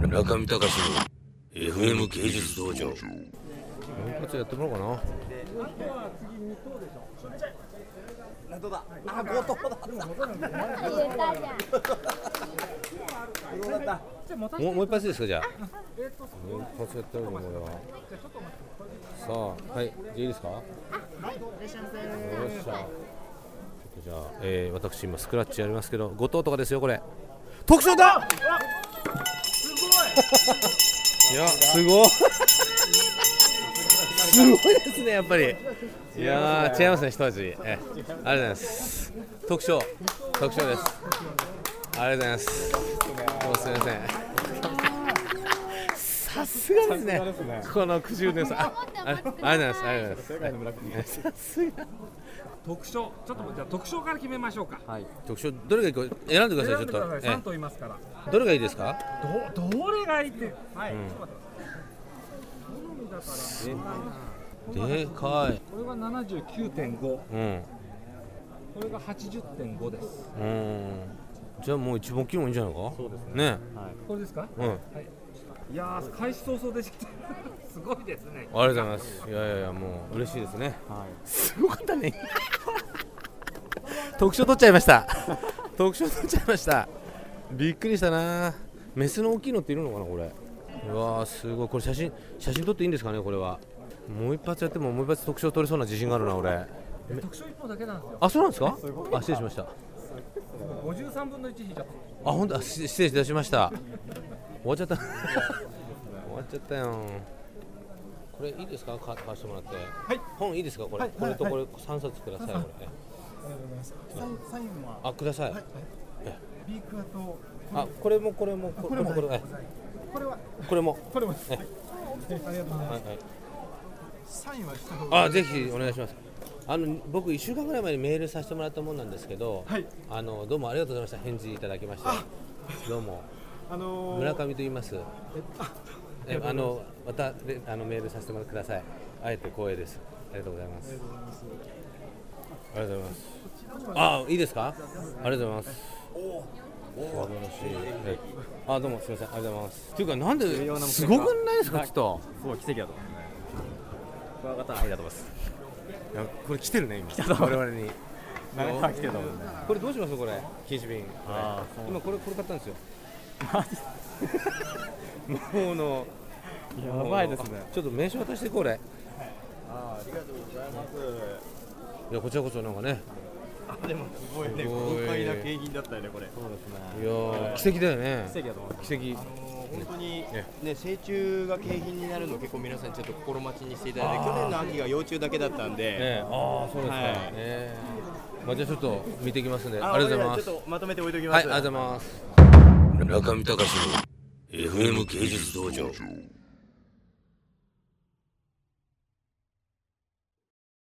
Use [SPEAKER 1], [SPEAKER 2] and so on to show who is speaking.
[SPEAKER 1] 村上隆の FM 芸術道場
[SPEAKER 2] 婚活やってもらおうか
[SPEAKER 3] 言ったじゃん。
[SPEAKER 2] なもうもう一発ですかじゃあもう一発やってもらおうかこれはさあはいじゃあいいですかはいいらっしゃいませちょっとじゃあ、えー、私今スクラッチやりますけど後藤とかですよこれ特賞だすごいいやすごいすごいですねやっぱりいやー違いますね一味ええありがとうございます特賞特賞ですありがとうございますどうもすみませんさすがですねこの苦渋の良さああありがとうございますありがとうございますさすが
[SPEAKER 4] 特賞ちょっとじゃあ特賞から決めましょうか。はい。
[SPEAKER 2] 特賞どれがいいか選んでくださ
[SPEAKER 4] 選
[SPEAKER 2] い
[SPEAKER 4] ん
[SPEAKER 2] ちょっ
[SPEAKER 4] でくだ
[SPEAKER 2] と
[SPEAKER 4] さい。
[SPEAKER 2] え
[SPEAKER 4] 三頭いますから。
[SPEAKER 2] えどれがいいですか
[SPEAKER 4] どどれがいいって。はい。ちょっと待って
[SPEAKER 2] でかい
[SPEAKER 4] これは七十九点五。こ
[SPEAKER 2] うん
[SPEAKER 4] れが八十点五です。
[SPEAKER 2] うんじゃあもう一番大きいもんいいんじゃないかそうですね
[SPEAKER 4] これですか？
[SPEAKER 2] うん
[SPEAKER 4] いやー開始早々でした。 すごいですね。
[SPEAKER 2] ありがとうございます。いやいやいや、もう嬉しいですね。すごかったね。 特賞取っちゃいました。特賞取っちゃいました。びっくりしたな。メスの大きいのっているのかな、これ。うわー、すごい、これ写真、写真撮っていいんですかね、これは。もう一発やっても、もう一発特賞取れそうな自信があるな、俺。
[SPEAKER 4] 特賞一本だけなんですよ。
[SPEAKER 2] あ、そうなんですか。あ、失礼しました。
[SPEAKER 4] 五十三分の一引いちゃっ
[SPEAKER 2] あ、本当、あし失礼いたしました。終わっちゃった。終わっちゃったよ。これいいですか、か、貸してもらって。はい。本いいですか、これ、これとこれ、三冊ください、これ。
[SPEAKER 5] サインサインは
[SPEAKER 2] あ、ください。
[SPEAKER 5] ビークアと
[SPEAKER 2] あ、これも、これも、これも、これも、え
[SPEAKER 5] これは
[SPEAKER 2] これも。
[SPEAKER 5] これも
[SPEAKER 2] え
[SPEAKER 5] ありがとうございま
[SPEAKER 2] はい、はい。
[SPEAKER 5] す。サインはした方が
[SPEAKER 2] あ、ぜひ、お願いします。あの僕1週間ぐらい前にメールさせてもらったもんなんですけど、
[SPEAKER 5] はい
[SPEAKER 2] あのどうもありがとうございました返事いただきましてどうも
[SPEAKER 5] あのー、
[SPEAKER 2] 村上と言います
[SPEAKER 5] えあ
[SPEAKER 2] えあのまたであのメールさせてもらってください。あえて光栄です。ありがとうございます。ありがとうございます。あいいですか？ありがとうございます。素晴らしい。えあどうもすみませんありがとうございます。というかなんですごくないですかちょっと。
[SPEAKER 6] そう奇跡だと思う。クワガタ愛だと思います。
[SPEAKER 2] いやこれ来てるね今。我々に。
[SPEAKER 6] 長さ来てたもんね。
[SPEAKER 2] これどうしますこれ禁止瓶。これ
[SPEAKER 6] あーそう
[SPEAKER 2] 今これこれ買ったんですよ。
[SPEAKER 6] マジ
[SPEAKER 2] 魔法の。
[SPEAKER 6] やばいですね
[SPEAKER 2] あ。ちょっと名刺渡してこれ。あありがとうございます。いやこちらこそなんかね。
[SPEAKER 6] でもすごいね
[SPEAKER 2] すごい
[SPEAKER 6] 豪快な景品だったよねこれ。そうで
[SPEAKER 2] い
[SPEAKER 6] すね。
[SPEAKER 2] やー奇跡だよね。
[SPEAKER 6] 奇跡だと思います。
[SPEAKER 2] 奇跡。
[SPEAKER 6] 本当に
[SPEAKER 2] ね
[SPEAKER 6] ね成虫が景品になるの結構皆さんちょっと心待ちにしていただいて去年の秋が幼虫だけだったんで。
[SPEAKER 2] ええ、ああ、そうですか。
[SPEAKER 6] はい
[SPEAKER 2] ええまあ、じゃ、ちょっと見てきますんで、ありがとうございます。
[SPEAKER 6] ち
[SPEAKER 2] は
[SPEAKER 6] ょ
[SPEAKER 2] い
[SPEAKER 6] っとまとめて置いておき、
[SPEAKER 2] あ
[SPEAKER 6] ま
[SPEAKER 2] り
[SPEAKER 6] す。
[SPEAKER 2] がとうございます。
[SPEAKER 1] 村上隆の FM 芸術道場